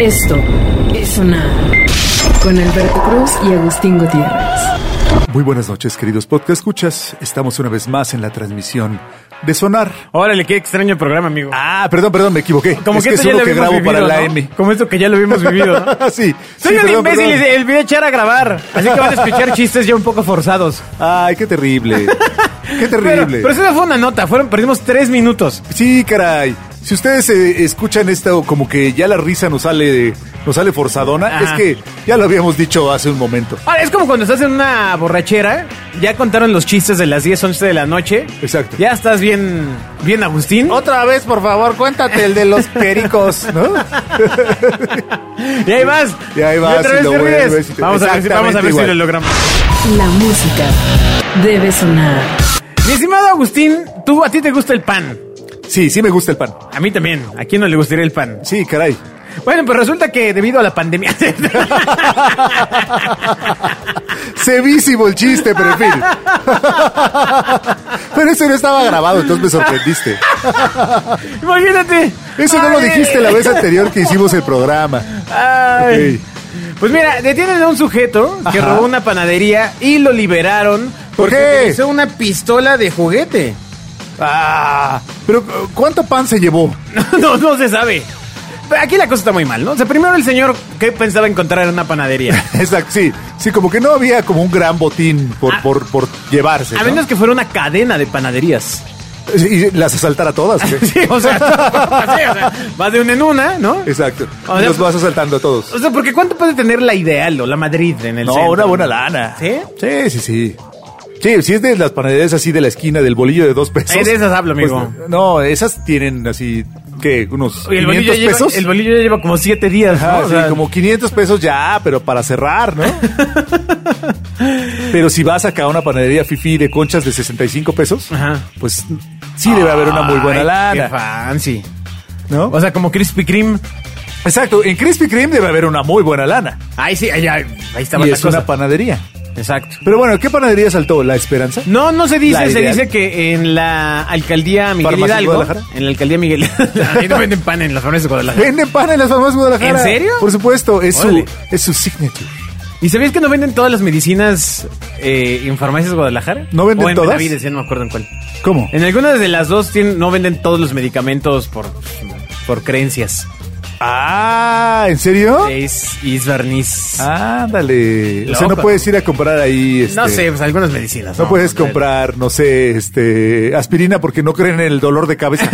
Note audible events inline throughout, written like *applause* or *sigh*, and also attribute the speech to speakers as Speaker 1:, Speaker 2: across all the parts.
Speaker 1: Esto es sonar con Alberto Cruz y Agustín Gutiérrez.
Speaker 2: Muy buenas noches, queridos podcast escuchas. Estamos una vez más en la transmisión de Sonar.
Speaker 3: Órale, qué extraño el programa, amigo.
Speaker 2: Ah, perdón, perdón, me equivoqué.
Speaker 3: Como
Speaker 2: es
Speaker 3: que,
Speaker 2: que
Speaker 3: esto
Speaker 2: es
Speaker 3: ya
Speaker 2: uno
Speaker 3: lo
Speaker 2: que
Speaker 3: habíamos
Speaker 2: grabo
Speaker 3: vivido,
Speaker 2: para la
Speaker 3: ¿no?
Speaker 2: M.
Speaker 3: Como esto que ya lo habíamos vivido,
Speaker 2: *laughs*
Speaker 3: ¿no?
Speaker 2: sí.
Speaker 3: Soy
Speaker 2: sí,
Speaker 3: un
Speaker 2: perdón,
Speaker 3: imbécil,
Speaker 2: perdón.
Speaker 3: el video echar a grabar. Así que van
Speaker 2: *laughs*
Speaker 3: a escuchar chistes ya un poco forzados.
Speaker 2: Ay, qué
Speaker 3: *laughs*
Speaker 2: terrible. qué
Speaker 3: Pero,
Speaker 2: terrible.
Speaker 3: pero eso no fue una nota, fueron, perdimos tres minutos.
Speaker 2: Sí, caray. Si ustedes eh, escuchan esto como que ya la risa nos sale nos sale forzadona,
Speaker 3: Ajá.
Speaker 2: es que ya lo habíamos dicho hace un momento.
Speaker 3: Ahora, Ah, es como cuando estás en una borrachera, ya contaron los chistes de las 10, 11 de la noche.
Speaker 2: Exacto. Oh,
Speaker 3: Ya estás bien, bien Agustín.
Speaker 2: Otra vez, por favor, cuéntate el de *laughs* los pericos, ¿no?
Speaker 3: Y ahí vas.
Speaker 2: Y ahí vas,
Speaker 3: Y otra
Speaker 2: y
Speaker 3: vez
Speaker 2: lo
Speaker 3: te
Speaker 2: vuelves,
Speaker 3: ríes.
Speaker 2: y te-
Speaker 3: Vamos a ver, si, vamos a ver si
Speaker 2: Exactamente
Speaker 3: lo logramos.
Speaker 1: La música debe sonar.
Speaker 3: Mi estimado Agustín, tú a ti te gusta el pan.
Speaker 2: Sí, sí me gusta el pan.
Speaker 3: A mí también. ¿A quién no le gustaría el pan?
Speaker 2: Sí, caray.
Speaker 3: Bueno, pues resulta que debido a la pandemia. *laughs*
Speaker 2: Sebísimo el chiste, pero en fin. Pero eso no estaba grabado, entonces me sorprendiste.
Speaker 3: Imagínate.
Speaker 2: Eso no lo
Speaker 3: Ay.
Speaker 2: dijiste la vez anterior que hicimos el programa.
Speaker 3: Ay.
Speaker 2: Ok.
Speaker 3: Pues mira, detienen a un sujeto que
Speaker 2: Ajá.
Speaker 3: robó una panadería y lo liberaron
Speaker 2: ¿Por
Speaker 3: porque
Speaker 2: qué?
Speaker 3: utilizó una pistola de juguete. *laughs*
Speaker 2: Ah, pero eh, ¿cuánto pan se llevó?
Speaker 3: No, no, no se sabe. Pero Aquí la cosa está muy mal, ¿no? O sea, primero el señor que pensaba encontrar en una
Speaker 2: *laughs*
Speaker 3: panadería.
Speaker 2: Exacto, sí. Sí, como que no había como un gran botín por,
Speaker 3: Ah.
Speaker 2: por, por llevarse. ¿no?
Speaker 3: A menos que fuera una cadena de panaderías.
Speaker 2: Y las asaltar a todas. ¿qué?
Speaker 3: Sí, *laughs*
Speaker 2: *laughs*
Speaker 3: o sea, sí, o sea, vas de una en una, ¿no?
Speaker 2: Exacto.
Speaker 3: O
Speaker 2: Y
Speaker 3: sea,
Speaker 2: los vas asaltando a todos.
Speaker 3: O sea, porque ¿cuánto puede tener la ideal o la Madrid en el
Speaker 2: No,
Speaker 3: centro?
Speaker 2: una buena lana.
Speaker 3: ¿Sí?
Speaker 2: Sí, sí, sí. Sí, si es de las panaderías así de la esquina del bolillo de dos pesos.
Speaker 3: Eh, de esas hablo, amigo.
Speaker 2: pues, no, esas tienen así, ¿qué? Unos
Speaker 3: Oye,
Speaker 2: 500
Speaker 3: el bolillo, ya lleva,
Speaker 2: pesos.
Speaker 3: el bolillo ya lleva como siete días. ¿no?
Speaker 2: Ah,
Speaker 3: O
Speaker 2: sí,
Speaker 3: sea,
Speaker 2: como 500 pesos ya, pero para cerrar,
Speaker 3: *laughs*
Speaker 2: ¿no? pero si vas acá a una panadería fifi de conchas de 65 pesos,
Speaker 3: Ajá.
Speaker 2: pues sí debe haber una muy buena
Speaker 3: Ay,
Speaker 2: lana,
Speaker 3: Qué fancy.
Speaker 2: ¿no?
Speaker 3: O sea, como Krispy Kreme.
Speaker 2: Exacto, en Krispy Kreme debe haber una muy buena lana.
Speaker 3: Ahí sí, ahí, ahí, ahí estaba
Speaker 2: Y
Speaker 3: la
Speaker 2: es
Speaker 3: cosa.
Speaker 2: una panadería.
Speaker 3: Exacto.
Speaker 2: Pero bueno, ¿qué panadería saltó? ¿La Esperanza?
Speaker 3: No, no se
Speaker 2: La
Speaker 3: dice, se
Speaker 2: ideal.
Speaker 3: dice que en la alcaldía Miguel
Speaker 2: ¿Farmacias
Speaker 3: Hidalgo.
Speaker 2: Guadalajara?
Speaker 3: En la alcaldía Miguel
Speaker 2: *laughs*
Speaker 3: Ahí no venden pan en las farmacias de Guadalajara.
Speaker 2: Venden pan en las famosas Guadalajara.
Speaker 3: ¿En serio?
Speaker 2: Por supuesto, es su,
Speaker 3: Órale.
Speaker 2: es su signature.
Speaker 3: ¿Y sabías que no venden todas las medicinas eh, en farmacias de Guadalajara?
Speaker 2: ¿No venden
Speaker 3: O en
Speaker 2: todas?
Speaker 3: Benavides, ya no me acuerdo en cuál.
Speaker 2: ¿Cómo?
Speaker 3: En algunas de las dos tienen- no venden todos los medicamentos por, por creencias.
Speaker 2: Ah, ¿en serio?
Speaker 3: Es Isbarniz.
Speaker 2: Ándale. O sea, no
Speaker 3: Loco.
Speaker 2: puedes ir a comprar ahí.
Speaker 3: No
Speaker 2: este,
Speaker 3: sé, pues algunas medicinas.
Speaker 2: No puedes
Speaker 3: Pero-
Speaker 2: comprar, no sé, este, aspirina porque no creen en el dolor de
Speaker 3: *laughs*
Speaker 2: cabeza.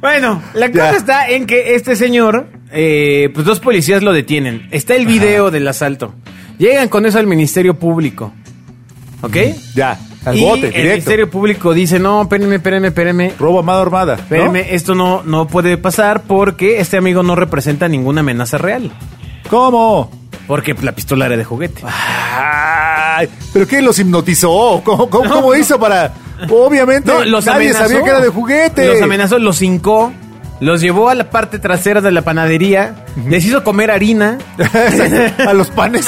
Speaker 3: Bueno, la
Speaker 2: Ya.
Speaker 3: cosa está en que este señor, eh, pues dos policías lo detienen. Está el video del asalto. Llegan con eso al Ministerio Público. ¿Ok?
Speaker 2: ya, al
Speaker 3: y
Speaker 2: bote,
Speaker 3: el
Speaker 2: directo.
Speaker 3: Ministerio Público dice, no, espérenme, espérenme, espérenme.
Speaker 2: Robo a mano armada. ¿no?
Speaker 3: Espérenme, esto no, no puede pasar porque este amigo no representa ninguna amenaza real.
Speaker 2: ¿Cómo?
Speaker 3: Porque la pistola era de juguete.
Speaker 2: Ah, Ay, ¿Pero qué? ¿Los hipnotizó? ¿Cómo, cómo- cómo hizo para.? Obviamente,
Speaker 3: No, los
Speaker 2: nadie
Speaker 3: amenazó.
Speaker 2: sabía que era de juguete.
Speaker 3: Los amenazó, los hincó, los llevó a la parte trasera de la panadería, les hizo comer harina.
Speaker 2: Exacto, a los panes.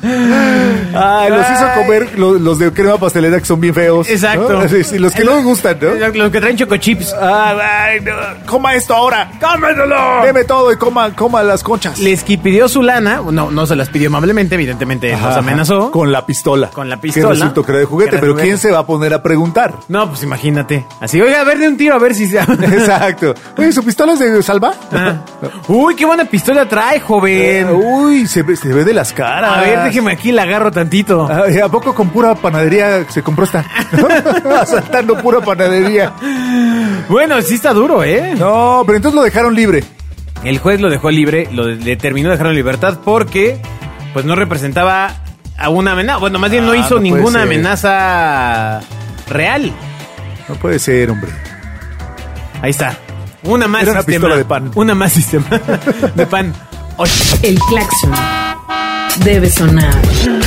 Speaker 2: Ay, los hizo
Speaker 3: Ay.
Speaker 2: comer lo- los, de crema pastelera que son bien feos.
Speaker 3: Exacto.
Speaker 2: ¿no? *laughs* Sí, sí, los que no les gustan, ¿no?
Speaker 3: Los que traen chocochips.
Speaker 2: Ay, no, coma esto ahora.
Speaker 3: ¡Cómetelo!
Speaker 2: Deme todo y coma, coma las conchas.
Speaker 3: Les qui- pidió su lana, no, no se las pidió amablemente, evidentemente
Speaker 2: Ajá,
Speaker 3: los
Speaker 2: ajá.
Speaker 3: amenazó.
Speaker 2: Con la pistola.
Speaker 3: Con la pistola.
Speaker 2: Que resultó que era de juguete,
Speaker 3: Que era de
Speaker 2: pero
Speaker 3: juguete.
Speaker 2: ¿quién se va a poner a
Speaker 3: *laughs*
Speaker 2: preguntar?
Speaker 3: No, pues imagínate. Así, oiga, a ver de un tiro, a ver si se...
Speaker 2: Exacto. Oye, ¿su pistola es de salva?
Speaker 3: Ah. Uy, qué buena pistola trae, joven.
Speaker 2: Eh, Uy, se ve, se ve de las caras.
Speaker 3: a ver, déjeme aquí, la agarro tantito.
Speaker 2: Ay, Ah, ¿A poco con pura panadería se compró esta? *laughs* Asaltando pura panadería.
Speaker 3: Bueno, sí está duro, ¿eh?
Speaker 2: No, pero entonces lo dejaron libre.
Speaker 3: El juez lo dejó libre, lo determinó dejarlo en libertad porque pues no representaba a una amenaza. Bueno, más bien no
Speaker 2: Ah,
Speaker 3: hizo
Speaker 2: no puede
Speaker 3: ninguna
Speaker 2: ser.
Speaker 3: amenaza real.
Speaker 2: No puede ser, hombre.
Speaker 3: Ahí está. Una más
Speaker 2: Era una
Speaker 3: sistema.
Speaker 2: pistola de pan.
Speaker 3: Una más sistema *laughs* de pan. Oye,
Speaker 1: El claxon debe sonar.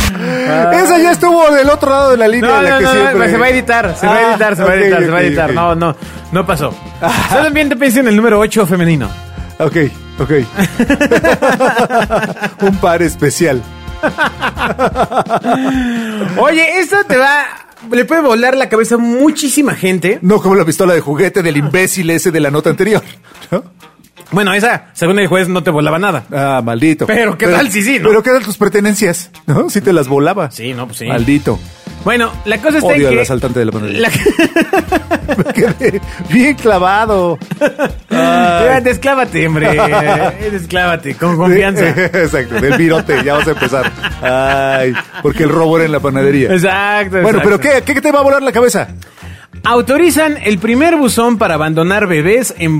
Speaker 2: Esa ya estuvo del otro lado de la
Speaker 3: No,
Speaker 2: línea.
Speaker 3: Ah. no,
Speaker 2: de la
Speaker 3: no,
Speaker 2: que
Speaker 3: no, pues
Speaker 2: siempre-
Speaker 3: se va a editar, se va
Speaker 2: Ah,
Speaker 3: a editar, se va a
Speaker 2: ok,
Speaker 3: editar, se
Speaker 2: ok, Ah.
Speaker 3: va a editar.
Speaker 2: ok.
Speaker 3: No, no, no pasó. Solamente pensé en el número 8 femenino.
Speaker 2: *laughs* Ok, ok. *laughs* Un par especial.
Speaker 3: Oye, esta te va le puede volar la cabeza a muchísima gente.
Speaker 2: No como la pistola de juguete del imbécil ese de la nota anterior. ¿no?
Speaker 3: Bueno, esa, según el juez, no te volaba nada.
Speaker 2: Ah, maldito.
Speaker 3: Pero, ¿qué tal si sí, no?
Speaker 2: Pero qué tal tus pertenencias, ¿no? Si te las volaba.
Speaker 3: Sí, no, pues sí.
Speaker 2: Maldito.
Speaker 3: Bueno, la cosa está en
Speaker 2: Odio al
Speaker 3: que...
Speaker 2: asaltante de la panadería.
Speaker 3: *laughs* la-
Speaker 2: Me quedé bien clavado.
Speaker 3: Ya, Desclávate,
Speaker 2: *laughs*
Speaker 3: hombre. Eh, Desclávate, con confianza.
Speaker 2: Exacto, del virote, ya vas a empezar. Ay, porque el robo era en la panadería.
Speaker 3: Exacto.
Speaker 2: Bueno, pero
Speaker 3: exacto.
Speaker 2: ¿qué, ¿qué te va a volar la cabeza? *laughs*
Speaker 3: Autorizan el primer buzón para abandonar bebés en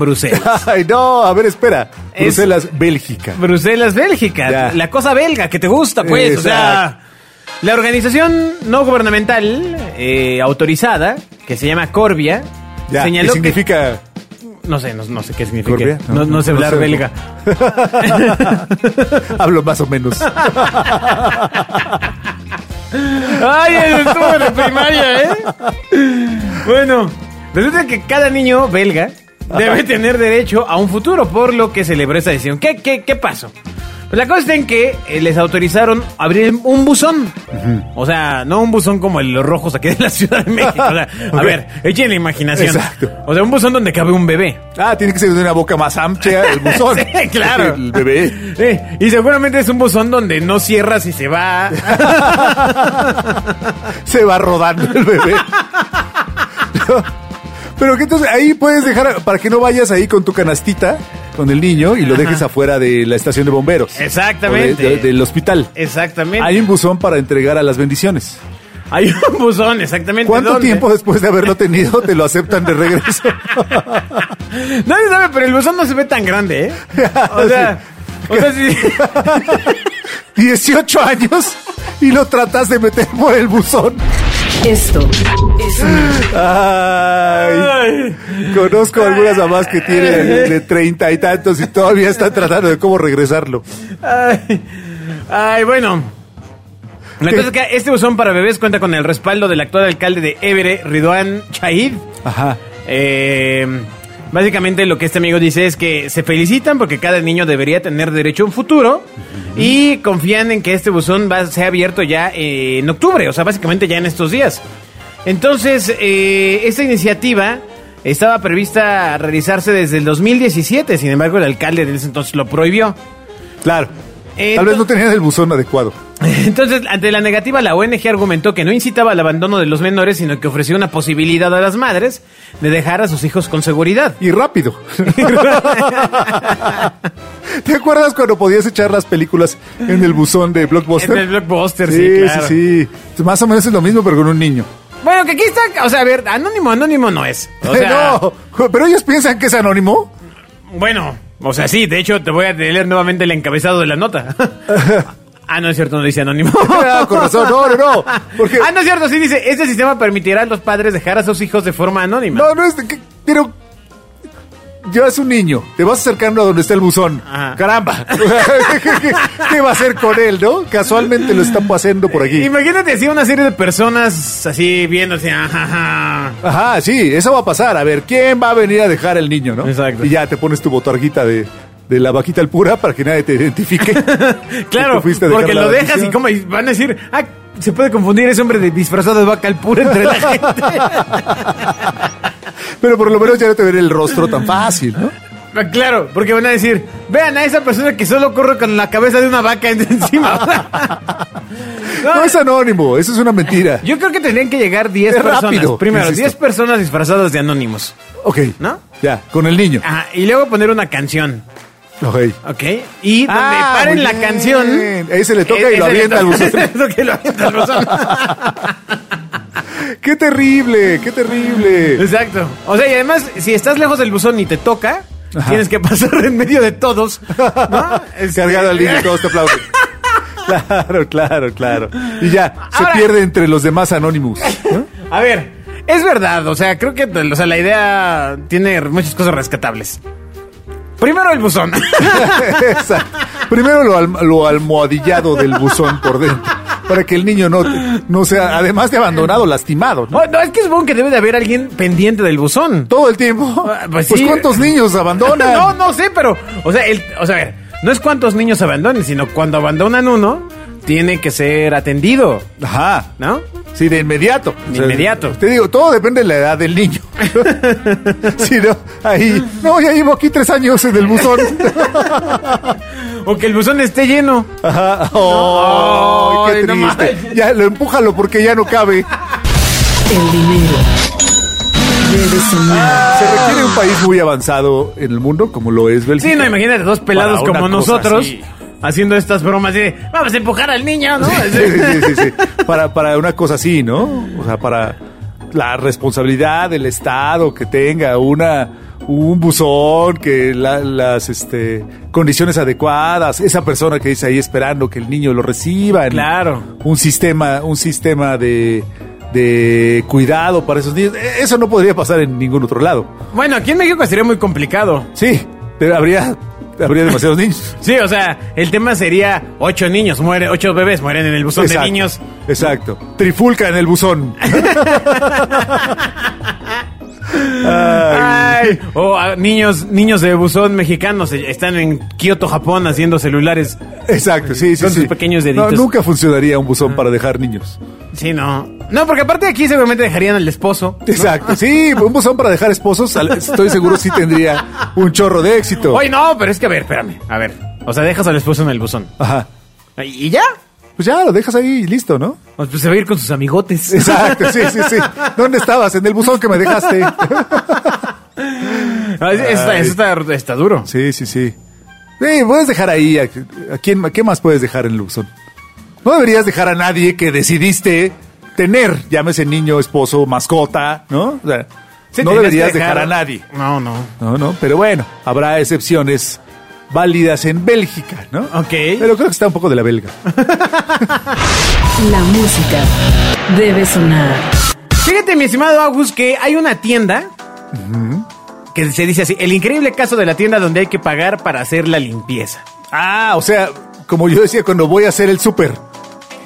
Speaker 2: *laughs*
Speaker 3: Bruselas.
Speaker 2: Ay, no, a ver, espera.
Speaker 3: Es-
Speaker 2: Bruselas, Bélgica.
Speaker 3: Bruselas, Bélgica.
Speaker 2: Ya.
Speaker 3: La cosa belga que te gusta, pues. O sea, la organización no gubernamental eh, autorizada, que se llama Corbia,
Speaker 2: Ya, ¿qué
Speaker 3: señaló que
Speaker 2: significa? *laughs*
Speaker 3: No sé, no, no sé qué significa.
Speaker 2: ¿Corbia?
Speaker 3: No, no sé hablar belga.
Speaker 2: *laughs* Hablo más o menos.
Speaker 3: Ay, eso estuvo de primaria, ¿eh? Bueno, resulta que cada niño belga debe tener derecho a un futuro, por lo que celebró esta decisión. ¿Qué, qué, qué pasó? Pues la cosa está en que eh, les autorizaron abrir un buzón. O sea, no un buzón como el- los rojos aquí de la Ciudad de México. O sea,
Speaker 2: *laughs*
Speaker 3: A
Speaker 2: Ok.
Speaker 3: ver, echen la imaginación.
Speaker 2: Exacto.
Speaker 3: O sea, un buzón donde cabe un bebé.
Speaker 2: Ah, tiene que ser de una boca más amplia el buzón.
Speaker 3: *laughs* Sí, claro.
Speaker 2: El bebé.
Speaker 3: Sí, y seguramente es un buzón donde no cierras y
Speaker 2: *laughs*
Speaker 3: se va.
Speaker 2: Se va rodando el
Speaker 3: *laughs*
Speaker 2: bebé. No, Pero que entonces ahí puedes dejar, para que no vayas ahí con tu canastita, con el niño, y lo dejes afuera de la estación de bomberos.
Speaker 3: Exactamente.
Speaker 2: O de- de- del hospital.
Speaker 3: Exactamente.
Speaker 2: Hay un buzón para entregar a las bendiciones.
Speaker 3: Hay un buzón, exactamente.
Speaker 2: ¿Cuánto
Speaker 3: ¿dónde?
Speaker 2: tiempo después de haberlo tenido te lo aceptan de
Speaker 3: *laughs*
Speaker 2: regreso?
Speaker 3: Nadie sabe, pero el buzón no se ve tan grande, ¿eh?
Speaker 2: *laughs*
Speaker 3: O sea, o sea, sí.
Speaker 2: 18 años y lo tratas de meter por el buzón.
Speaker 1: Esto es sonar
Speaker 2: Ay,
Speaker 3: Ay.
Speaker 2: conozco algunas mamás que tienen de treinta y tantos y todavía están tratando de cómo regresarlo.
Speaker 3: Ay. Ay, bueno. La
Speaker 2: ¿Qué?
Speaker 3: cosa es que este buzón para bebés cuenta con el respaldo del actual alcalde de Évere, Ridwan Chahid.
Speaker 2: Ajá.
Speaker 3: Eh, básicamente lo que este amigo dice es que se felicitan porque cada niño debería tener derecho a un futuro y confían en que este buzón va, sea abierto ya eh, en octubre, o sea, básicamente ya en estos días. Entonces, eh, esta iniciativa estaba prevista realizarse desde el 2017, sin embargo el alcalde de ese entonces lo prohibió.
Speaker 2: Claro. Tal
Speaker 3: Entonces-
Speaker 2: vez no tenían el buzón adecuado.
Speaker 3: *laughs* entonces, ante la negativa, la ONG argumentó que no incitaba al abandono de los menores, sino que ofrecía una posibilidad a las madres de dejar a sus hijos con seguridad.
Speaker 2: Y
Speaker 3: *laughs*
Speaker 2: rápido. ¿Te acuerdas cuando podías echar las películas en el buzón de Blockbuster?
Speaker 3: En el blockbuster, sí,
Speaker 2: Sí,
Speaker 3: claro.
Speaker 2: sí, sí. Más o menos es lo mismo, pero con un niño.
Speaker 3: Bueno, que aquí está, o sea, a ver, anónimo, anónimo no es. O sea,
Speaker 2: *laughs* no, pero ellos piensan que es anónimo.
Speaker 3: bueno, o sea, sí, de hecho te voy a leer nuevamente el encabezado de
Speaker 2: *laughs*
Speaker 3: la nota. ah, no es cierto, no dice anónimo.
Speaker 2: Ah, con razón, no, no, no. Porque
Speaker 3: Ah, no es cierto, sí dice, este sistema permitirá a los padres dejar a sus hijos de forma anónima.
Speaker 2: No, no es. que- Pero. Llevas un niño, te vas acercando a donde está el buzón.
Speaker 3: Ajá.
Speaker 2: Caramba. *laughs* ¿Qué, qué, qué va a hacer con él, no? Casualmente lo está pasando por aquí.
Speaker 3: Imagínate así una serie de personas así viéndose, ajá, ajá.
Speaker 2: Ajá, sí, eso va a pasar. A ver, ¿quién va a venir a dejar el niño, no?
Speaker 3: Exacto.
Speaker 2: Y ya te pones tu botarguita de, de la vaquita al pura para que nadie te
Speaker 3: *laughs*
Speaker 2: identifique. Que
Speaker 3: Claro,
Speaker 2: tú fuiste a dejar
Speaker 3: porque
Speaker 2: la
Speaker 3: lo dejas
Speaker 2: bendición.
Speaker 3: y como y van a decir, ah, se puede confundir ese hombre de disfrazado de vaca al puro entre
Speaker 2: *laughs*
Speaker 3: la gente.
Speaker 2: Pero por lo menos ya no te veré el rostro tan fácil, ¿no?
Speaker 3: Ah, claro, porque van a decir, vean a esa persona que solo corre con la cabeza de una vaca *laughs*
Speaker 2: *laughs*
Speaker 3: en- encima. *laughs* No,
Speaker 2: No es anónimo, eso es una mentira.
Speaker 3: yo creo que tendrían que llegar 10
Speaker 2: Es
Speaker 3: personas.
Speaker 2: rápido,
Speaker 3: Primero,
Speaker 2: insisto.
Speaker 3: 10 personas disfrazadas de anónimos.
Speaker 2: Ok.
Speaker 3: ¿No?
Speaker 2: Ya, con el niño.
Speaker 3: Ajá, y luego poner una canción.
Speaker 2: Ok.
Speaker 3: ¿Ok? Y donde
Speaker 2: Ah,
Speaker 3: paren
Speaker 2: muy
Speaker 3: la
Speaker 2: bien.
Speaker 3: canción. Eh,
Speaker 2: Ahí se le toca y lo
Speaker 3: ese *laughs*
Speaker 2: avienta
Speaker 3: le toca-
Speaker 2: al buzón.
Speaker 3: es lo que lo avienta al buzón.
Speaker 2: *laughs* ¡Qué terrible! ¡Qué terrible!
Speaker 3: Exacto. O sea, y además, si estás lejos del buzón y te toca, tienes que pasar en medio de todos.
Speaker 2: *laughs*
Speaker 3: ¿no? *laughs* Este-
Speaker 2: Cargado al niño y todos te aplauden. Claro, claro, claro. Y ya,
Speaker 3: Ahora-
Speaker 2: se pierde entre los demás
Speaker 3: *laughs*
Speaker 2: Anonymous. ¿no?
Speaker 3: A ver, es verdad, o sea, creo que o sea, la idea tiene muchas cosas rescatables. Primero el buzón. *laughs*
Speaker 2: Exacto. Primero lo, alm- lo almohadillado del buzón por dentro. Para que el niño no, no sea, además de abandonado, lastimado, ¿no?
Speaker 3: Oh, no, es que supongo que debe de haber alguien pendiente del buzón.
Speaker 2: Todo el tiempo.
Speaker 3: Ah,
Speaker 2: Pues,
Speaker 3: sí.
Speaker 2: ¿cuántos niños abandonan?
Speaker 3: *laughs* No, no sé, pero, o sea, el- o sea, a ver, no es cuántos niños abandonen, sino cuando abandonan uno, tiene que ser atendido,
Speaker 2: Ajá.
Speaker 3: ¿no?
Speaker 2: Sí, de inmediato.
Speaker 3: De inmediato.
Speaker 2: Te digo, todo depende de la edad del
Speaker 3: *laughs*
Speaker 2: niño. *laughs* si no, ahí. No, ya llevo aquí tres años en el
Speaker 3: *laughs*
Speaker 2: buzón.
Speaker 3: O que el buzón esté lleno.
Speaker 2: Ajá. Oh,
Speaker 3: Ay,
Speaker 2: qué
Speaker 3: no
Speaker 2: triste.
Speaker 3: manches.
Speaker 2: ya, lo empújalo porque ya no cabe.
Speaker 1: El dinero debe sonar.
Speaker 2: Se requiere un país muy avanzado en el mundo, como lo es Bélgica.
Speaker 3: Ah. Sí, no, imagínate dos pelados
Speaker 2: Para una
Speaker 3: como
Speaker 2: cosa
Speaker 3: nosotros
Speaker 2: así.
Speaker 3: haciendo estas bromas de vamos a empujar al niño,
Speaker 2: *laughs*
Speaker 3: ¿no?
Speaker 2: Sí, sí, sí, sí. Para, para una cosa así, ¿no? O sea, para la responsabilidad del Estado que tenga una un buzón, que la- las este, condiciones adecuadas, esa persona que dice ahí esperando que el niño lo reciba. en
Speaker 3: Claro.
Speaker 2: Un sistema, un sistema de, de cuidado para esos niños. E- Eso no podría pasar en ningún otro lado.
Speaker 3: Bueno, aquí en México sería muy complicado.
Speaker 2: Sí, pero habría, habría demasiados niños.
Speaker 3: Sí, o sea, el tema sería ocho niños mueren, ocho bebés mueren en el buzón de
Speaker 2: Exacto,
Speaker 3: niños.
Speaker 2: Exacto. Trifulca en el
Speaker 3: *laughs*
Speaker 2: buzón. *laughs*
Speaker 3: Ay, o ah, niños, niños de buzón mexicanos eh, están en Kioto, Japón haciendo celulares.
Speaker 2: Exacto, sí, sí,
Speaker 3: Con sus
Speaker 2: sí.
Speaker 3: pequeños
Speaker 2: No,
Speaker 3: deditos.
Speaker 2: nunca funcionaría un buzón para dejar niños.
Speaker 3: Sí, no. No, porque aparte aquí seguramente dejarían al esposo.
Speaker 2: Exacto, sí, un buzón para dejar esposos, al- estoy seguro sí tendría un chorro de éxito.
Speaker 3: Oye, no, pero es que a ver, espérame. A ver. O sea, dejas al esposo en el buzón.
Speaker 2: Ajá.
Speaker 3: ¿Y ya?
Speaker 2: Pues ya, lo dejas ahí y listo, ¿no?
Speaker 3: Pues se va a ir con sus amigotes.
Speaker 2: *laughs* Exacto, sí, sí, sí. ¿Dónde estabas? En el buzón que me dejaste.
Speaker 3: Ah, Eso, está, eso está- está duro.
Speaker 2: Sí, sí, sí. Sí, puedes dejar ahí. ¿A, a quién, a qué más puedes dejar en el buzón? No deberías dejar a nadie que decidiste tener, llámese niño, esposo, mascota, ¿no? O sea,
Speaker 3: Sí,
Speaker 2: no
Speaker 3: tenías que
Speaker 2: deberías dejar a nadie.
Speaker 3: No, no.
Speaker 2: No, no, pero bueno, habrá excepciones válidas en Bélgica, ¿no?
Speaker 3: Ok.
Speaker 2: Pero creo que está un poco de la belga.
Speaker 1: La música debe sonar.
Speaker 3: Fíjate, mi estimado Agus, que hay una tienda que se dice así: el increíble caso de la tienda donde hay que pagar para hacer la limpieza.
Speaker 2: Ah, o sea, como yo decía cuando voy a hacer el súper,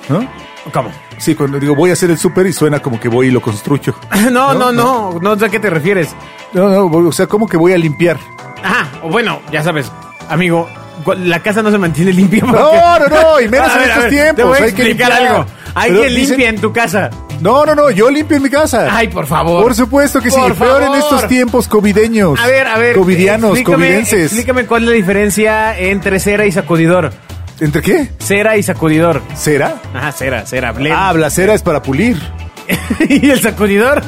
Speaker 2: ¿no?
Speaker 3: ¿Cómo?
Speaker 2: Sí, cuando digo voy a hacer el súper y suena como que voy y lo construyo.
Speaker 3: *laughs* No, no, no, no, sé a qué te refieres.
Speaker 2: No, no, voy- o sea, como que voy a limpiar.
Speaker 3: Ah, o bueno, ya sabes, amigo, cu- la casa no se mantiene *laughs* limpia.
Speaker 2: No, no, no, y menos
Speaker 3: *laughs* A
Speaker 2: en
Speaker 3: ver, a
Speaker 2: estos
Speaker 3: ver,
Speaker 2: tiempos.
Speaker 3: Te voy a
Speaker 2: hay que
Speaker 3: explicar
Speaker 2: limpiar.
Speaker 3: algo. Hay
Speaker 2: Pero
Speaker 3: que
Speaker 2: dicen-
Speaker 3: limpia en tu casa.
Speaker 2: No, no, no, yo limpio en mi casa.
Speaker 3: Ay, por favor.
Speaker 2: Por supuesto que sí.
Speaker 3: Por
Speaker 2: Peor en
Speaker 3: favor.
Speaker 2: estos tiempos covideños.
Speaker 3: A ver, a ver.
Speaker 2: Covidianos,
Speaker 3: explícame-
Speaker 2: covidenses.
Speaker 3: Explícame cuál es la diferencia entre cera y sacudidor.
Speaker 2: ¿Entre qué?
Speaker 3: Cera y sacudidor.
Speaker 2: ¿Será?
Speaker 3: Ajá, cera, cera. blend.
Speaker 2: Ah, la cera es para pulir,
Speaker 3: *laughs* y
Speaker 2: *laughs*
Speaker 3: el sacudidor.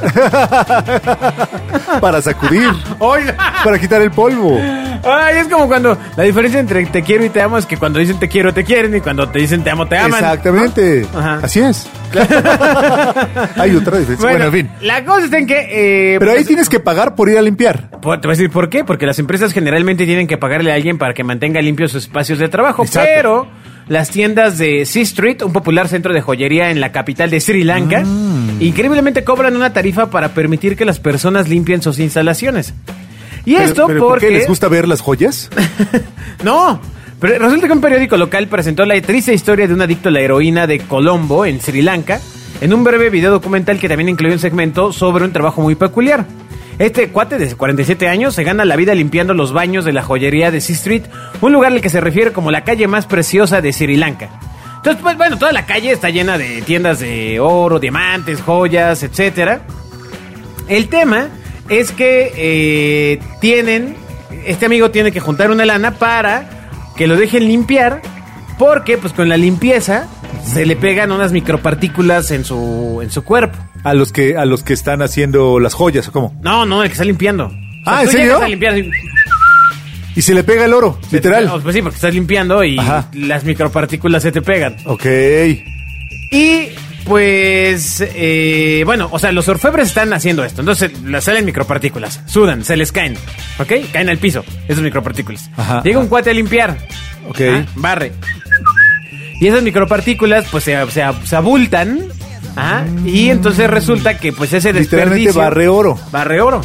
Speaker 2: para
Speaker 3: *laughs*
Speaker 2: sacudir,
Speaker 3: Oiga.
Speaker 2: para quitar el polvo.
Speaker 3: Ay, es como cuando la diferencia entre te quiero y te amo es que cuando dicen te quiero te quieren y cuando te dicen te amo te aman.
Speaker 2: Exactamente.
Speaker 3: Ajá.
Speaker 2: Así
Speaker 3: *laughs*
Speaker 2: es. Hay otra diferencia. Bueno, en fin.
Speaker 3: La cosa está en que. eh,
Speaker 2: Pero ahí
Speaker 3: pues,
Speaker 2: tienes que pagar por ir a limpiar.
Speaker 3: Por- te voy a decir por qué, porque las empresas generalmente tienen que pagarle a alguien para que mantenga limpios sus espacios de trabajo,
Speaker 2: Exacto.
Speaker 3: pero las tiendas de Sea Street, un popular centro de joyería en la capital de Sri Lanka,
Speaker 2: Mm.
Speaker 3: increíblemente cobran una tarifa para permitir que las personas limpien sus instalaciones. Y
Speaker 2: Pero-
Speaker 3: esto
Speaker 2: pero ¿Por
Speaker 3: porque
Speaker 2: qué les gusta ver las joyas?
Speaker 3: no, pero resulta que un periódico local presentó la triste historia de un adicto a la heroína de Colombo, en Sri Lanka, en un breve video documental que también incluye un segmento sobre un trabajo muy peculiar. Este cuate de 47 años se gana la vida limpiando los baños de la joyería de Sea Street, un lugar al que se refiere como la calle más preciosa de Sri Lanka. Entonces, pues bueno, toda la calle está llena de tiendas de oro, diamantes, joyas, etcétera. El tema es que eh, tienen, este amigo tiene que juntar una lana para que lo dejen limpiar, porque pues con la limpieza se le pegan unas micropartículas en su, en su cuerpo.
Speaker 2: A los que a los que están haciendo las joyas, ¿o cómo?
Speaker 3: No, no, el que está limpiando. O
Speaker 2: Ah, ¿en
Speaker 3: tú llegas
Speaker 2: serio?
Speaker 3: a limpiar, así-
Speaker 2: Y se le pega el oro,
Speaker 3: No,
Speaker 2: literal.
Speaker 3: Pues sí, porque estás limpiando y
Speaker 2: Ajá.
Speaker 3: las micropartículas se te pegan.
Speaker 2: Ok.
Speaker 3: Y pues, eh, bueno, o sea, los orfebres están haciendo esto. Entonces las salen micropartículas, sudan, se les caen, ¿ok? Caen al piso, esas micropartículas.
Speaker 2: Ajá,
Speaker 3: Llega un
Speaker 2: ajá.
Speaker 3: cuate a limpiar.
Speaker 2: Ok.
Speaker 3: Ajá, barre. Y esas micropartículas, pues se, se- se abultan. ajá, Y entonces resulta que, pues, ese desperdicio.
Speaker 2: Literalmente barre oro.
Speaker 3: Barre oro.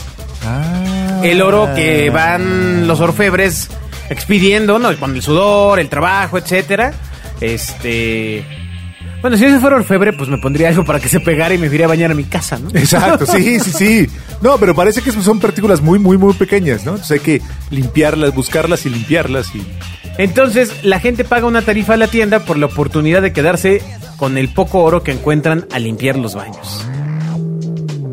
Speaker 2: Ah.
Speaker 3: El oro que van los orfebres expidiendo, ¿no? Con el sudor, el trabajo, etcétera. Este. Bueno, si yo fuera orfebre, pues me pondría algo para que se pegara y me iría a bañar a mi casa, ¿no?
Speaker 2: Exacto, sí, sí, sí. No, pero parece que son partículas muy, muy, muy pequeñas, ¿no? Entonces hay que limpiarlas, buscarlas y limpiarlas. Y...
Speaker 3: Entonces, la gente paga una tarifa a la tienda por la oportunidad de quedarse con el poco oro que encuentran a limpiar los baños.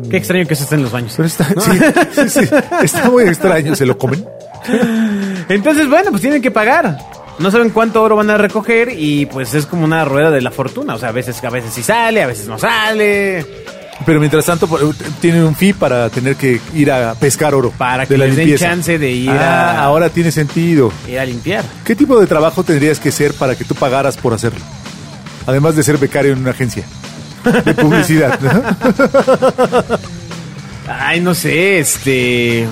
Speaker 3: Qué extraño que eso esté en los baños.
Speaker 2: Pero está, sí, *laughs* sí, sí, está muy extraño. ¿Se lo comen?
Speaker 3: Entonces, bueno, pues tienen que pagar. No saben cuánto oro van a recoger y pues es como una rueda de la fortuna. O sea, a veces, a veces sí sale, a veces no sale.
Speaker 2: Pero mientras tanto, por- tienen un fee para tener que ir a pescar oro.
Speaker 3: Para
Speaker 2: de
Speaker 3: que
Speaker 2: la
Speaker 3: les den
Speaker 2: limpieza.
Speaker 3: chance de ir
Speaker 2: Ah,
Speaker 3: a-
Speaker 2: ahora tiene sentido.
Speaker 3: Ir a limpiar.
Speaker 2: ¿Qué tipo de trabajo tendrías que ser para que tú pagaras por hacerlo? Además de ser becario en una agencia de publicidad. ¿no? *laughs*
Speaker 3: Ay, no sé, este...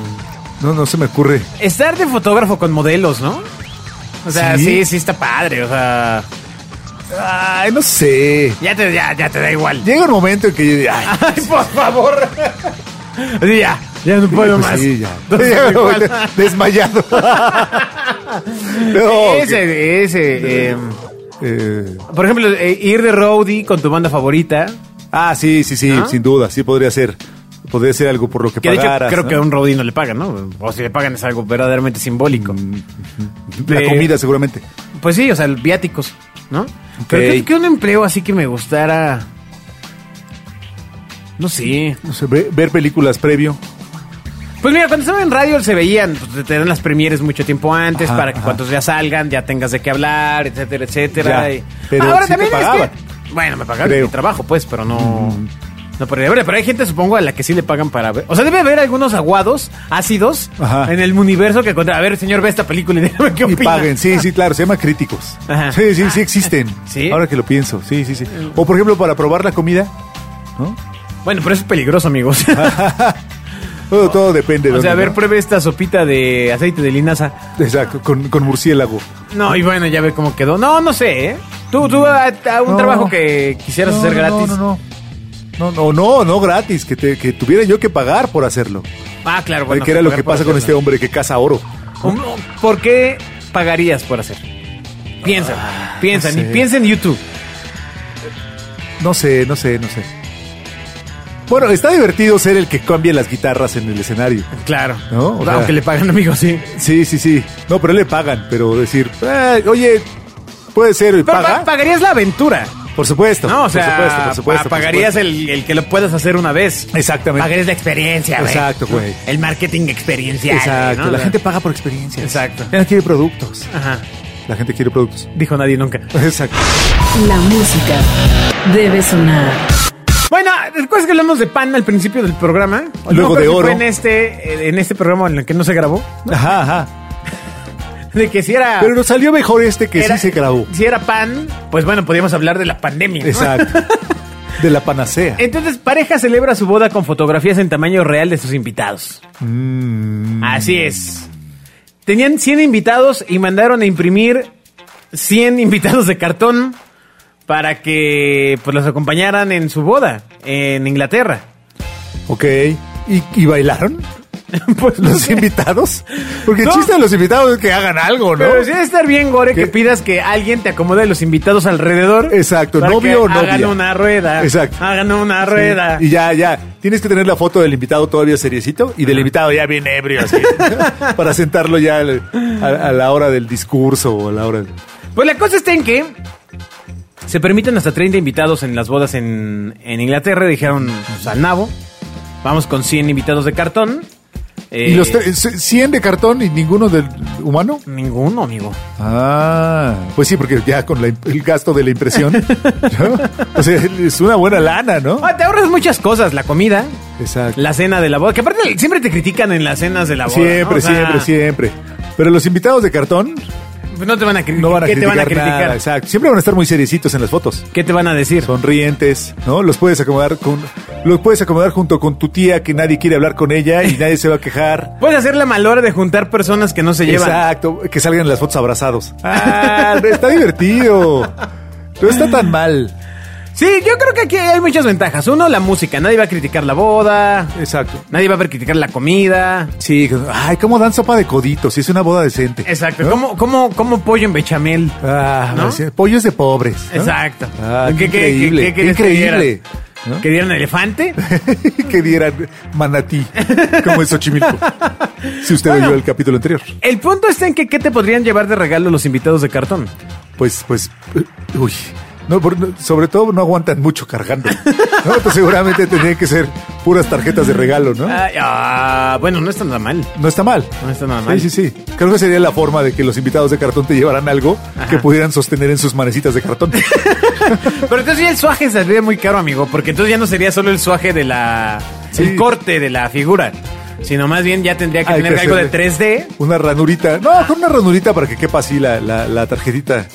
Speaker 2: No, no se me ocurre.
Speaker 3: Estar de fotógrafo con modelos, ¿no? O sea,
Speaker 2: Sí.
Speaker 3: sí, sí, está padre, o sea...
Speaker 2: Ay, no sé.
Speaker 3: Ya te, ya, ya te da igual.
Speaker 2: Llega un momento en que yo diga, *laughs* ay,
Speaker 3: Ay, por favor. Así ya, ya no puedo
Speaker 2: pues
Speaker 3: más.
Speaker 2: sí, *laughs* ya.
Speaker 3: No sé
Speaker 2: Llega un
Speaker 3: cuál.
Speaker 2: momento
Speaker 3: *laughs*
Speaker 2: desmayado. No, que-
Speaker 3: ese, ese. eh,
Speaker 2: eh,
Speaker 3: por ejemplo, eh, ir de roadie con tu banda favorita.
Speaker 2: ah, sí, sí, sí,
Speaker 3: ¿Ah?
Speaker 2: sin duda, sí podría ser. Podría ser algo por lo que
Speaker 3: Que de hecho,
Speaker 2: pagaras.
Speaker 3: creo
Speaker 2: ¿no?
Speaker 3: que a un roadie no le pagan, ¿no? O si le pagan es algo verdaderamente simbólico.
Speaker 2: La
Speaker 3: Eh,
Speaker 2: comida, seguramente.
Speaker 3: Pues sí, o sea, viáticos, ¿no? Pero creo que un empleo así que me gustara. No sé.
Speaker 2: No sé, ve- ver, películas previo.
Speaker 3: Pues mira, cuando estaba en radio se veían, pues, te- te dan las premieres mucho tiempo antes
Speaker 2: Ajá,
Speaker 3: para que
Speaker 2: ajá.
Speaker 3: cuando ya salgan ya tengas de qué hablar, etcétera, etcétera.
Speaker 2: Ya,
Speaker 3: y-
Speaker 2: pero
Speaker 3: Ahora
Speaker 2: sí te
Speaker 3: también es
Speaker 2: pagaban.
Speaker 3: que- bueno, me pagaban
Speaker 2: Creo. Mm.
Speaker 3: mi trabajo, pues, pero no. No, pero, bueno, pero hay gente, supongo, a la que sí le pagan para ver. O sea, debe haber algunos aguados, ácidos,
Speaker 2: Ajá.
Speaker 3: en el universo que contra. A ver, señor, ve esta película y *laughs* dígame qué
Speaker 2: Y
Speaker 3: opina.
Speaker 2: paguen, sí, sí, claro, se llama críticos.
Speaker 3: Ajá.
Speaker 2: Sí, sí, sí existen.
Speaker 3: ¿Sí? Mm.
Speaker 2: Ahora que lo pienso, sí, sí, sí. O por ejemplo, para probar la comida, ¿no?
Speaker 3: Bueno, pero eso es peligroso, amigos. *laughs*
Speaker 2: Todo, todo depende. de
Speaker 3: o sea, a
Speaker 2: dónde,
Speaker 3: ver,
Speaker 2: ¿no?
Speaker 3: pruebe esta sopita de aceite de linaza.
Speaker 2: Exacto, con, con murciélago.
Speaker 3: No, y bueno, ya ve cómo quedó. No, no sé, ¿eh? Tú, tú, a, a un
Speaker 2: No.
Speaker 3: trabajo que quisieras
Speaker 2: No,
Speaker 3: hacer
Speaker 2: no,
Speaker 3: gratis.
Speaker 2: No, no, no. No, no, no, no gratis, que, te- que tuviera yo que pagar por hacerlo.
Speaker 3: Ah, claro,
Speaker 2: Porque
Speaker 3: bueno.
Speaker 2: que era lo
Speaker 3: pagar
Speaker 2: que
Speaker 3: por
Speaker 2: pasa con este
Speaker 3: hacerlo.
Speaker 2: hombre que caza oro.
Speaker 3: ¿Cómo? ¿Por qué pagarías por hacer? Piensa, piensa,
Speaker 2: Ah, no
Speaker 3: ni
Speaker 2: sé.
Speaker 3: piensa en YouTube.
Speaker 2: No sé, no sé, no sé. Bueno, está divertido ser el que cambie las guitarras en el escenario.
Speaker 3: Claro.
Speaker 2: No, o sea-
Speaker 3: Aunque le pagan amigos, sí.
Speaker 2: Sí, sí, sí. No, pero le pagan, pero decir, "Eh, oye, puede ser y
Speaker 3: Pero pa-
Speaker 2: paga.
Speaker 3: pagarías la aventura.
Speaker 2: Por supuesto.
Speaker 3: No, o
Speaker 2: por
Speaker 3: sea,
Speaker 2: supuesto, por supuesto.
Speaker 3: pa-
Speaker 2: por
Speaker 3: pagarías
Speaker 2: supuesto.
Speaker 3: El, el que lo puedas hacer una vez.
Speaker 2: Exactamente.
Speaker 3: Pagarías la experiencia, güey.
Speaker 2: Exacto, güey.
Speaker 3: El marketing experiencial.
Speaker 2: Exacto.
Speaker 3: ¿no?
Speaker 2: La gente paga por experiencias.
Speaker 3: Exacto.
Speaker 2: La gente quiere productos.
Speaker 3: Ajá.
Speaker 2: La gente quiere productos. *laughs*
Speaker 3: Dijo nadie nunca.
Speaker 2: Exacto.
Speaker 1: La música debe sonar.
Speaker 3: Bueno, ¿recuerdas que hablamos de pan al principio del programa?
Speaker 2: Luego
Speaker 3: creo
Speaker 2: de
Speaker 3: que
Speaker 2: oro.
Speaker 3: Fue en este, en este programa en el que no se grabó.
Speaker 2: Ajá, ajá.
Speaker 3: De que si era.
Speaker 2: Pero nos salió mejor este que
Speaker 3: era-
Speaker 2: sí se
Speaker 3: *laughs*
Speaker 2: grabó.
Speaker 3: Si era pan, pues bueno, podíamos hablar de la pandemia. ¿no?
Speaker 2: Exacto. De la panacea.
Speaker 3: Entonces, pareja celebra su boda con fotografías en tamaño real de sus invitados.
Speaker 2: Mm.
Speaker 3: Así es. Tenían 100 invitados y mandaron a imprimir 100 invitados de cartón para que pues los acompañaran en su boda en Inglaterra. *laughs*
Speaker 2: Ok. ¿Y, y bailaron?
Speaker 3: pues no
Speaker 2: ¿Los
Speaker 3: sé.
Speaker 2: invitados? Porque
Speaker 3: No.
Speaker 2: el chiste de los invitados es que hagan algo, ¿no?
Speaker 3: Pero sí debe estar bien, Gore,
Speaker 2: ¿Qué?
Speaker 3: que pidas que alguien te acomode los invitados alrededor.
Speaker 2: Exacto,
Speaker 3: para
Speaker 2: novio
Speaker 3: que
Speaker 2: o novia.
Speaker 3: Hagan una rueda.
Speaker 2: Exacto.
Speaker 3: Hagan una rueda.
Speaker 2: Sí, Y ya, ya. Tienes que tener la foto del invitado todavía seriecito y del invitado ya bien ebrio,
Speaker 3: *laughs*
Speaker 2: así. para sentarlo ya al- a, a la hora del discurso o a la hora. de-
Speaker 3: Pues la cosa está en que se permiten hasta 30 invitados en las bodas en, en Inglaterra. Dijeron pues, al nabo. Vamos con 100 invitados de cartón. Eh,
Speaker 2: ¿Y los tre- c- 100 de cartón y ninguno del humano?
Speaker 3: Ninguno, amigo.
Speaker 2: Ah, pues sí, porque ya con la imp- el gasto de la
Speaker 3: *laughs*
Speaker 2: impresión. ¿no? O sea, es una buena lana, ¿no?
Speaker 3: Ah, te ahorras muchas cosas. La comida,
Speaker 2: Exacto.
Speaker 3: la cena de la boda. Que aparte siempre te critican en las cenas de la boda. ¿no?
Speaker 2: Siempre,
Speaker 3: O sea,
Speaker 2: siempre, siempre. Pero los invitados de cartón
Speaker 3: pues No te van a criticar.
Speaker 2: no van a
Speaker 3: ¿Qué te
Speaker 2: criticar,
Speaker 3: van a criticar?
Speaker 2: nada, exacto. Siempre van a estar muy seriecitos en las fotos.
Speaker 3: ¿Qué te van a decir?
Speaker 2: sonrientes, ¿no? Los puedes acomodar con los puedes acomodar junto con tu tía que nadie quiere hablar con ella y nadie se va a quejar.
Speaker 3: Puedes hacer la malora de juntar personas que no *laughs* se llevan.
Speaker 2: Exacto, que salgan las fotos abrazados. *laughs* Ah, está divertido. No está tan mal.
Speaker 3: Sí, yo creo que aquí hay muchas ventajas. Uno, la música. Nadie va a criticar la boda.
Speaker 2: Exacto.
Speaker 3: Nadie va a ver criticar la comida.
Speaker 2: Sí, ay, cómo dan sopa de coditos, si es una boda decente.
Speaker 3: Exacto.
Speaker 2: ¿no?
Speaker 3: Como, como, como pollo en bechamel.
Speaker 2: Ah,
Speaker 3: ¿No?
Speaker 2: sí, pollos de pobres. ¿no?
Speaker 3: Exacto.
Speaker 2: Ah, qué
Speaker 3: ¿Qué- qué- qué-
Speaker 2: increíble.
Speaker 3: qué
Speaker 2: qué
Speaker 3: quieres que
Speaker 2: increíble.
Speaker 3: dieran?
Speaker 2: ¿no?
Speaker 3: ¿Que dieran elefante?
Speaker 2: *laughs* que dieran manatí, como en Xochimilco. si usted
Speaker 3: Bueno.
Speaker 2: oyó el capítulo anterior.
Speaker 3: El punto está en que qué te podrían llevar de regalo los invitados de cartón.
Speaker 2: Pues, pues, eh, uy, No, por- no, sobre todo no aguantan mucho cargando. No, Entonces, seguramente tendrían que ser puras tarjetas de regalo, ¿no?
Speaker 3: Ay, ah, bueno, no está nada mal.
Speaker 2: No está mal.
Speaker 3: No está nada mal.
Speaker 2: Sí, sí, sí. Creo que sería la forma de que los invitados de cartón te llevaran algo que pudieran sostener en sus manecitas de
Speaker 3: *laughs*
Speaker 2: cartón.
Speaker 3: Pero entonces ya el suaje saldría muy caro, amigo, porque entonces ya no sería solo el suaje de la...
Speaker 2: Sí.
Speaker 3: El corte de la figura, sino más bien ya tendría que
Speaker 2: Hay
Speaker 3: tener
Speaker 2: que
Speaker 3: algo de
Speaker 2: hacerle-
Speaker 3: 3D.
Speaker 2: Una ranurita. No, con una ranurita para que quepa así la, la- la tarjetita.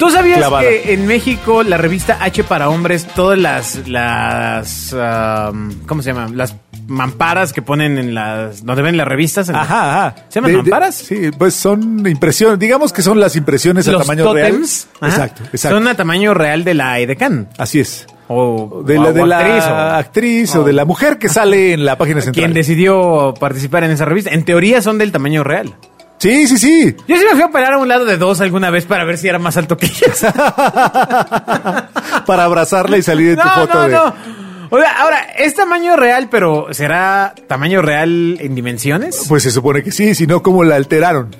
Speaker 3: ¿Tú sabías
Speaker 2: Clavada.
Speaker 3: que en México la revista H para hombres, todas las, las, am, ¿cómo se llama? Las mamparas que ponen en las, donde ven las revistas. en-
Speaker 2: Ajá, ajá.
Speaker 3: ¿Se llaman
Speaker 2: De- de-
Speaker 3: mamparas?
Speaker 2: sí, pues son impresiones. Digamos que son las impresiones a
Speaker 3: Los
Speaker 2: tamaño
Speaker 3: tótems.
Speaker 2: real.
Speaker 3: ajá,
Speaker 2: Exacto, exacto.
Speaker 3: Son a tamaño real de la Edecan.
Speaker 2: Así es.
Speaker 3: O
Speaker 2: De
Speaker 3: o-
Speaker 2: la,
Speaker 3: o
Speaker 2: de la
Speaker 3: actriz,
Speaker 2: actriz,
Speaker 3: o-
Speaker 2: o, de la mujer
Speaker 3: *laughs*
Speaker 2: que sale en la página
Speaker 3: quien
Speaker 2: central.
Speaker 3: decidió participar en esa revista. En teoría son del tamaño real.
Speaker 2: Sí, sí,
Speaker 3: *laughs*
Speaker 2: sí.
Speaker 3: Yo sí me fui a parar a un lado de dos alguna vez para ver si era más alto que
Speaker 2: *laughs*
Speaker 3: ellas.
Speaker 2: Para abrazarla y salir de tu
Speaker 3: no,
Speaker 2: foto.
Speaker 3: no,
Speaker 2: de-
Speaker 3: no. O sea, ahora, es tamaño real, pero ¿será tamaño real en dimensiones?
Speaker 2: Pues se supone que sí, si no, ¿cómo la alteraron?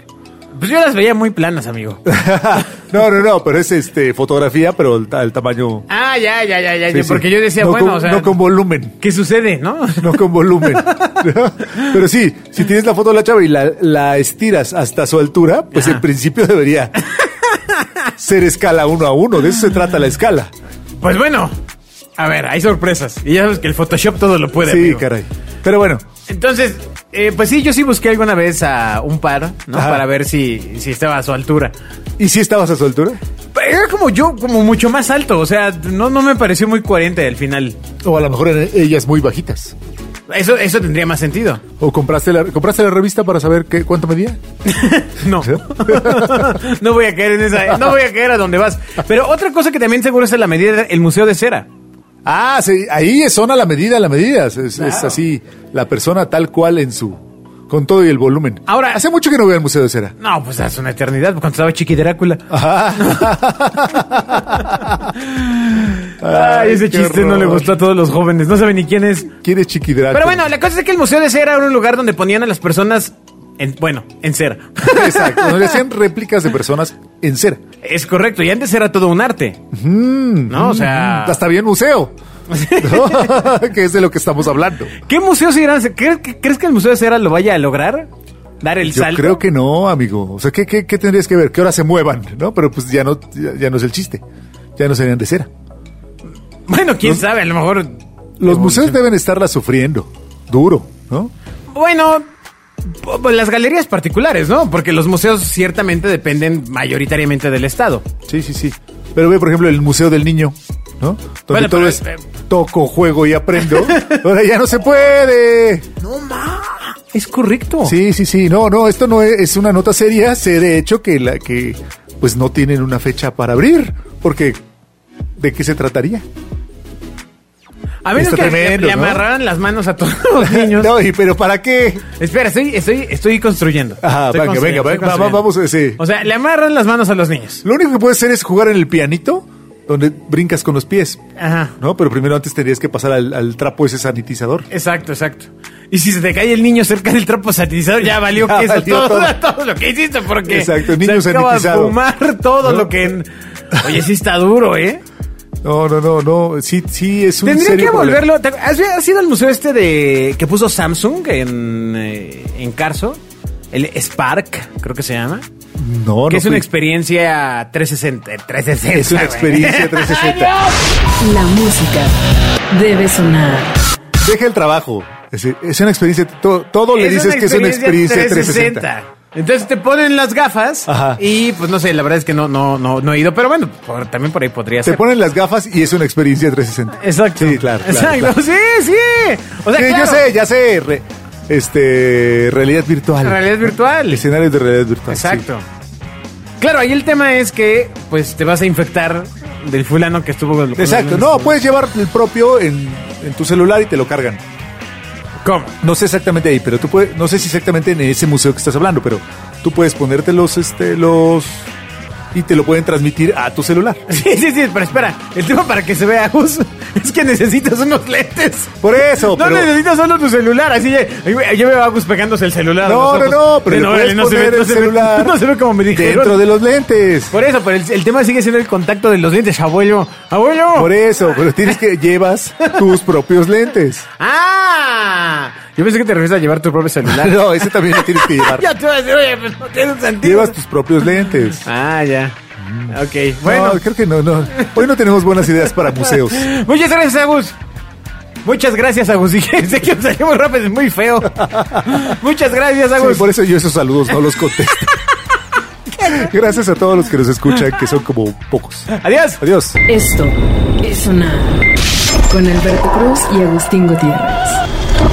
Speaker 3: Pues yo las veía muy planas, amigo.
Speaker 2: *laughs* no, no, no, pero es este fotografía, pero al, al tamaño.
Speaker 3: Ah, ya, ya, ya, ya.
Speaker 2: Sí,
Speaker 3: ya,
Speaker 2: sí.
Speaker 3: Porque yo decía,
Speaker 2: No
Speaker 3: bueno,
Speaker 2: con-
Speaker 3: o sea,
Speaker 2: No con volumen.
Speaker 3: ¿qué sucede, no?
Speaker 2: No con
Speaker 3: *laughs*
Speaker 2: volumen. *laughs* Pero sí, si tienes la foto de la chava y la, la estiras hasta su altura, pues
Speaker 3: Ajá.
Speaker 2: en principio
Speaker 3: *laughs*
Speaker 2: debería ser escala uno a uno. De eso se trata la escala.
Speaker 3: Pues bueno, a ver, hay sorpresas. Y ya sabes que el Photoshop todo lo puede,
Speaker 2: sí,
Speaker 3: amigo.
Speaker 2: caray. Pero bueno,
Speaker 3: Entonces, eh, pues sí, yo sí busqué alguna vez a un par, ¿no?
Speaker 2: Ajá.
Speaker 3: Para ver si, si estaba a su altura.
Speaker 2: ¿y si estabas a su altura?
Speaker 3: Pero Era como yo, como mucho más alto. O sea, no, no me pareció muy coherente al final.
Speaker 2: O a lo mejor eran ellas muy bajitas.
Speaker 3: Eso, eso tendría más sentido. *laughs*
Speaker 2: ¿O compraste la, compraste la revista para saber qué, cuánto medía?
Speaker 3: No. *laughs* no voy a caer en esa. No voy a caer a donde vas. Pero otra cosa que también seguro es a la medida el Museo de Cera.
Speaker 2: Ah, sí, ahí son a la medida, a la medida. Es, es
Speaker 3: Claro.
Speaker 2: así, la persona tal cual en su. con todo y el volumen.
Speaker 3: Ahora-
Speaker 2: Hace mucho que no voy al Museo de
Speaker 3: *laughs*
Speaker 2: Cera.
Speaker 3: No, pues hace una eternidad, cuando estaba Chiqui Drácula. Ay, ese
Speaker 2: qué
Speaker 3: chiste no le
Speaker 2: horror.
Speaker 3: gustó a todos los jóvenes. No saben ni quién es.
Speaker 2: ¿Quién es Chiqui Drácula?
Speaker 3: Pero bueno, la cosa es que el Museo de Cera era un lugar donde ponían a las personas. En, bueno, en cera. *laughs*
Speaker 2: Exacto, donde hacían réplicas de personas en cera.
Speaker 3: Es correcto, y antes era todo un arte. ¿No? O sea.
Speaker 2: Mm, Hasta bien
Speaker 3: *laughs*
Speaker 2: museo. *laughs* ¿no? que es de lo que estamos hablando.
Speaker 3: ¿Qué museo se irán? ¿Crees, que- crees que el Museo de Cera lo vaya a lograr? ¿Dar el
Speaker 2: Yo
Speaker 3: salto?
Speaker 2: creo que no, amigo. O sea, ¿qué, qué, qué tendrías que ver? ¿Qué hora se muevan? ¿No? Pero pues ya no, ya, ya no es el chiste. Ya no serían de cera.
Speaker 3: Bueno, quién sabe, a lo mejor.
Speaker 2: Los museos deben estarla sufriendo. Duro, ¿no?
Speaker 3: Bueno, po- po- las galerías particulares, ¿no? Porque los museos ciertamente dependen mayoritariamente del Estado.
Speaker 2: Sí, sí, sí. Pero ve, por ejemplo, el Museo del Niño, ¿no? Donde
Speaker 3: Bueno,
Speaker 2: todo
Speaker 3: pero,
Speaker 2: es
Speaker 3: eh,
Speaker 2: toco, juego y aprendo.
Speaker 3: *laughs*
Speaker 2: Ahora ya no se puede.
Speaker 3: No, ma. Es correcto.
Speaker 2: Sí, sí, sí. No, no, esto no es, es una nota seria. Sé de hecho que la que pues no tienen una fecha para abrir, porque ¿de qué se trataría?
Speaker 3: A menos
Speaker 2: está
Speaker 3: que le-
Speaker 2: tremendo,
Speaker 3: le
Speaker 2: ¿no?
Speaker 3: amarraran las manos a
Speaker 2: *laughs*
Speaker 3: todos los niños.
Speaker 2: No, y pero ¿para qué?
Speaker 3: Espera, estoy, estoy, estoy construyendo.
Speaker 2: Ajá, venga,
Speaker 3: Estoy
Speaker 2: venga,
Speaker 3: construyendo,
Speaker 2: venga,
Speaker 3: estoy
Speaker 2: va- va-
Speaker 3: construyendo.
Speaker 2: vamos, eh, sí.
Speaker 3: O sea, le amarran las manos a los niños.
Speaker 2: Lo único que puedes hacer es jugar en el pianito, donde brincas con los pies.
Speaker 3: Ajá.
Speaker 2: No, pero primero antes tendrías que pasar al, al trapo ese sanitizador.
Speaker 3: Exacto, exacto. Y si se te cae el niño cerca del trapo sanitizador, ya
Speaker 2: *laughs*
Speaker 3: valió
Speaker 2: Ya
Speaker 3: queso
Speaker 2: valió
Speaker 3: todo,
Speaker 2: todo.
Speaker 3: *laughs* todo lo que hiciste porque
Speaker 2: Exacto, niño
Speaker 3: se acaba de
Speaker 2: sanitizado.
Speaker 3: fumar todo
Speaker 2: ¿No?
Speaker 3: lo que... en- Oye, sí está duro, ¿eh?
Speaker 2: No, no, no, no. Sí, sí, es un
Speaker 3: Tendría
Speaker 2: serio
Speaker 3: que
Speaker 2: problema.
Speaker 3: volverlo... ¿te acu- ¿Has, has ido al museo este de que puso Samsung en, eh, en Carso? El Spark, creo que se llama.
Speaker 2: No,
Speaker 3: que
Speaker 2: no
Speaker 3: es una
Speaker 2: fui.
Speaker 3: experiencia 360. 360
Speaker 2: Es una
Speaker 3: güey. *laughs*
Speaker 2: experiencia 360.
Speaker 1: La música debe sonar.
Speaker 2: Deja el trabajo. Es, es una experiencia. Todo, todo le
Speaker 3: Es
Speaker 2: dices que es una experiencia 360.
Speaker 3: Entonces te ponen las gafas
Speaker 2: Ajá.
Speaker 3: y pues no sé, la verdad es que no, no, no, no he ido, pero bueno, por- también por ahí podría
Speaker 2: Te
Speaker 3: ser.
Speaker 2: ponen las gafas y es una experiencia 360.
Speaker 3: Exacto.
Speaker 2: Sí, claro. claro,
Speaker 3: Exacto.
Speaker 2: claro.
Speaker 3: Sí, sí. O sea,
Speaker 2: Sí,
Speaker 3: claro,
Speaker 2: Yo sé, ya sé. re- este, realidad virtual.
Speaker 3: Realidad virtual.
Speaker 2: Escenarios de realidad virtual. sí.
Speaker 3: Exacto. Claro, ahí el tema es que pues te vas a infectar del fulano que estuvo con con-
Speaker 2: Exacto. No, pues. puedes llevar el propio en, en tu celular y te lo cargan.
Speaker 3: ¿Cómo? *laughs*
Speaker 2: No sé exactamente ahí, pero tú puedes. No sé si exactamente en ese museo que estás hablando, pero tú puedes ponerte los, este, los y te lo pueden transmitir a tu celular.
Speaker 3: Sí, sí, sí, pero espera. El tema para que se vea Gus es que necesitas unos lentes.
Speaker 2: Por eso,
Speaker 3: No
Speaker 2: pero-
Speaker 3: necesitas solo tu celular. Así ya, yo veo a Gus pegándose el celular. a
Speaker 2: No,
Speaker 3: los
Speaker 2: no,
Speaker 3: ojos.
Speaker 2: no, pero
Speaker 3: Sí,
Speaker 2: le
Speaker 3: no,
Speaker 2: puedes
Speaker 3: vale, no se ve-
Speaker 2: poner
Speaker 3: no
Speaker 2: el
Speaker 3: se ve-
Speaker 2: celular
Speaker 3: *laughs* No se ve como me dijeron.
Speaker 2: dentro de los lentes.
Speaker 3: Por eso, pero el, el tema sigue siendo el contacto de los lentes, abuelo. ¡Abuelo!
Speaker 2: Por e- eso, pero tienes que llevas tus propios lentes.
Speaker 3: ¡Ah! Yo pensé que te refieres a llevar tu propio
Speaker 2: *laughs*
Speaker 3: celular.
Speaker 2: No, ese también lo tienes que llevar.
Speaker 3: *laughs* ya te iba a decir, oye, pues no tiene sentido.
Speaker 2: Llevas Mm. tus propios lentes.
Speaker 3: Ah, ya. Ok, bueno.
Speaker 2: Bueno, creo que no, no. Hoy no tenemos buenas ideas para museos.
Speaker 3: Muchas gracias, Agus. Muchas gracias, Agus. *laughs* Dije, sé que salió muy rápido, es muy
Speaker 2: *laughs*
Speaker 3: feo. Muchas gracias,
Speaker 2: Sí,
Speaker 3: Agus.
Speaker 2: por eso yo esos saludos no los contesto. Gracias a todos los que nos escuchan, que son como pocos.
Speaker 3: Adiós.
Speaker 2: Adiós.
Speaker 1: Esto es sonar con Alberto Cruz y Agustín Gutiérrez.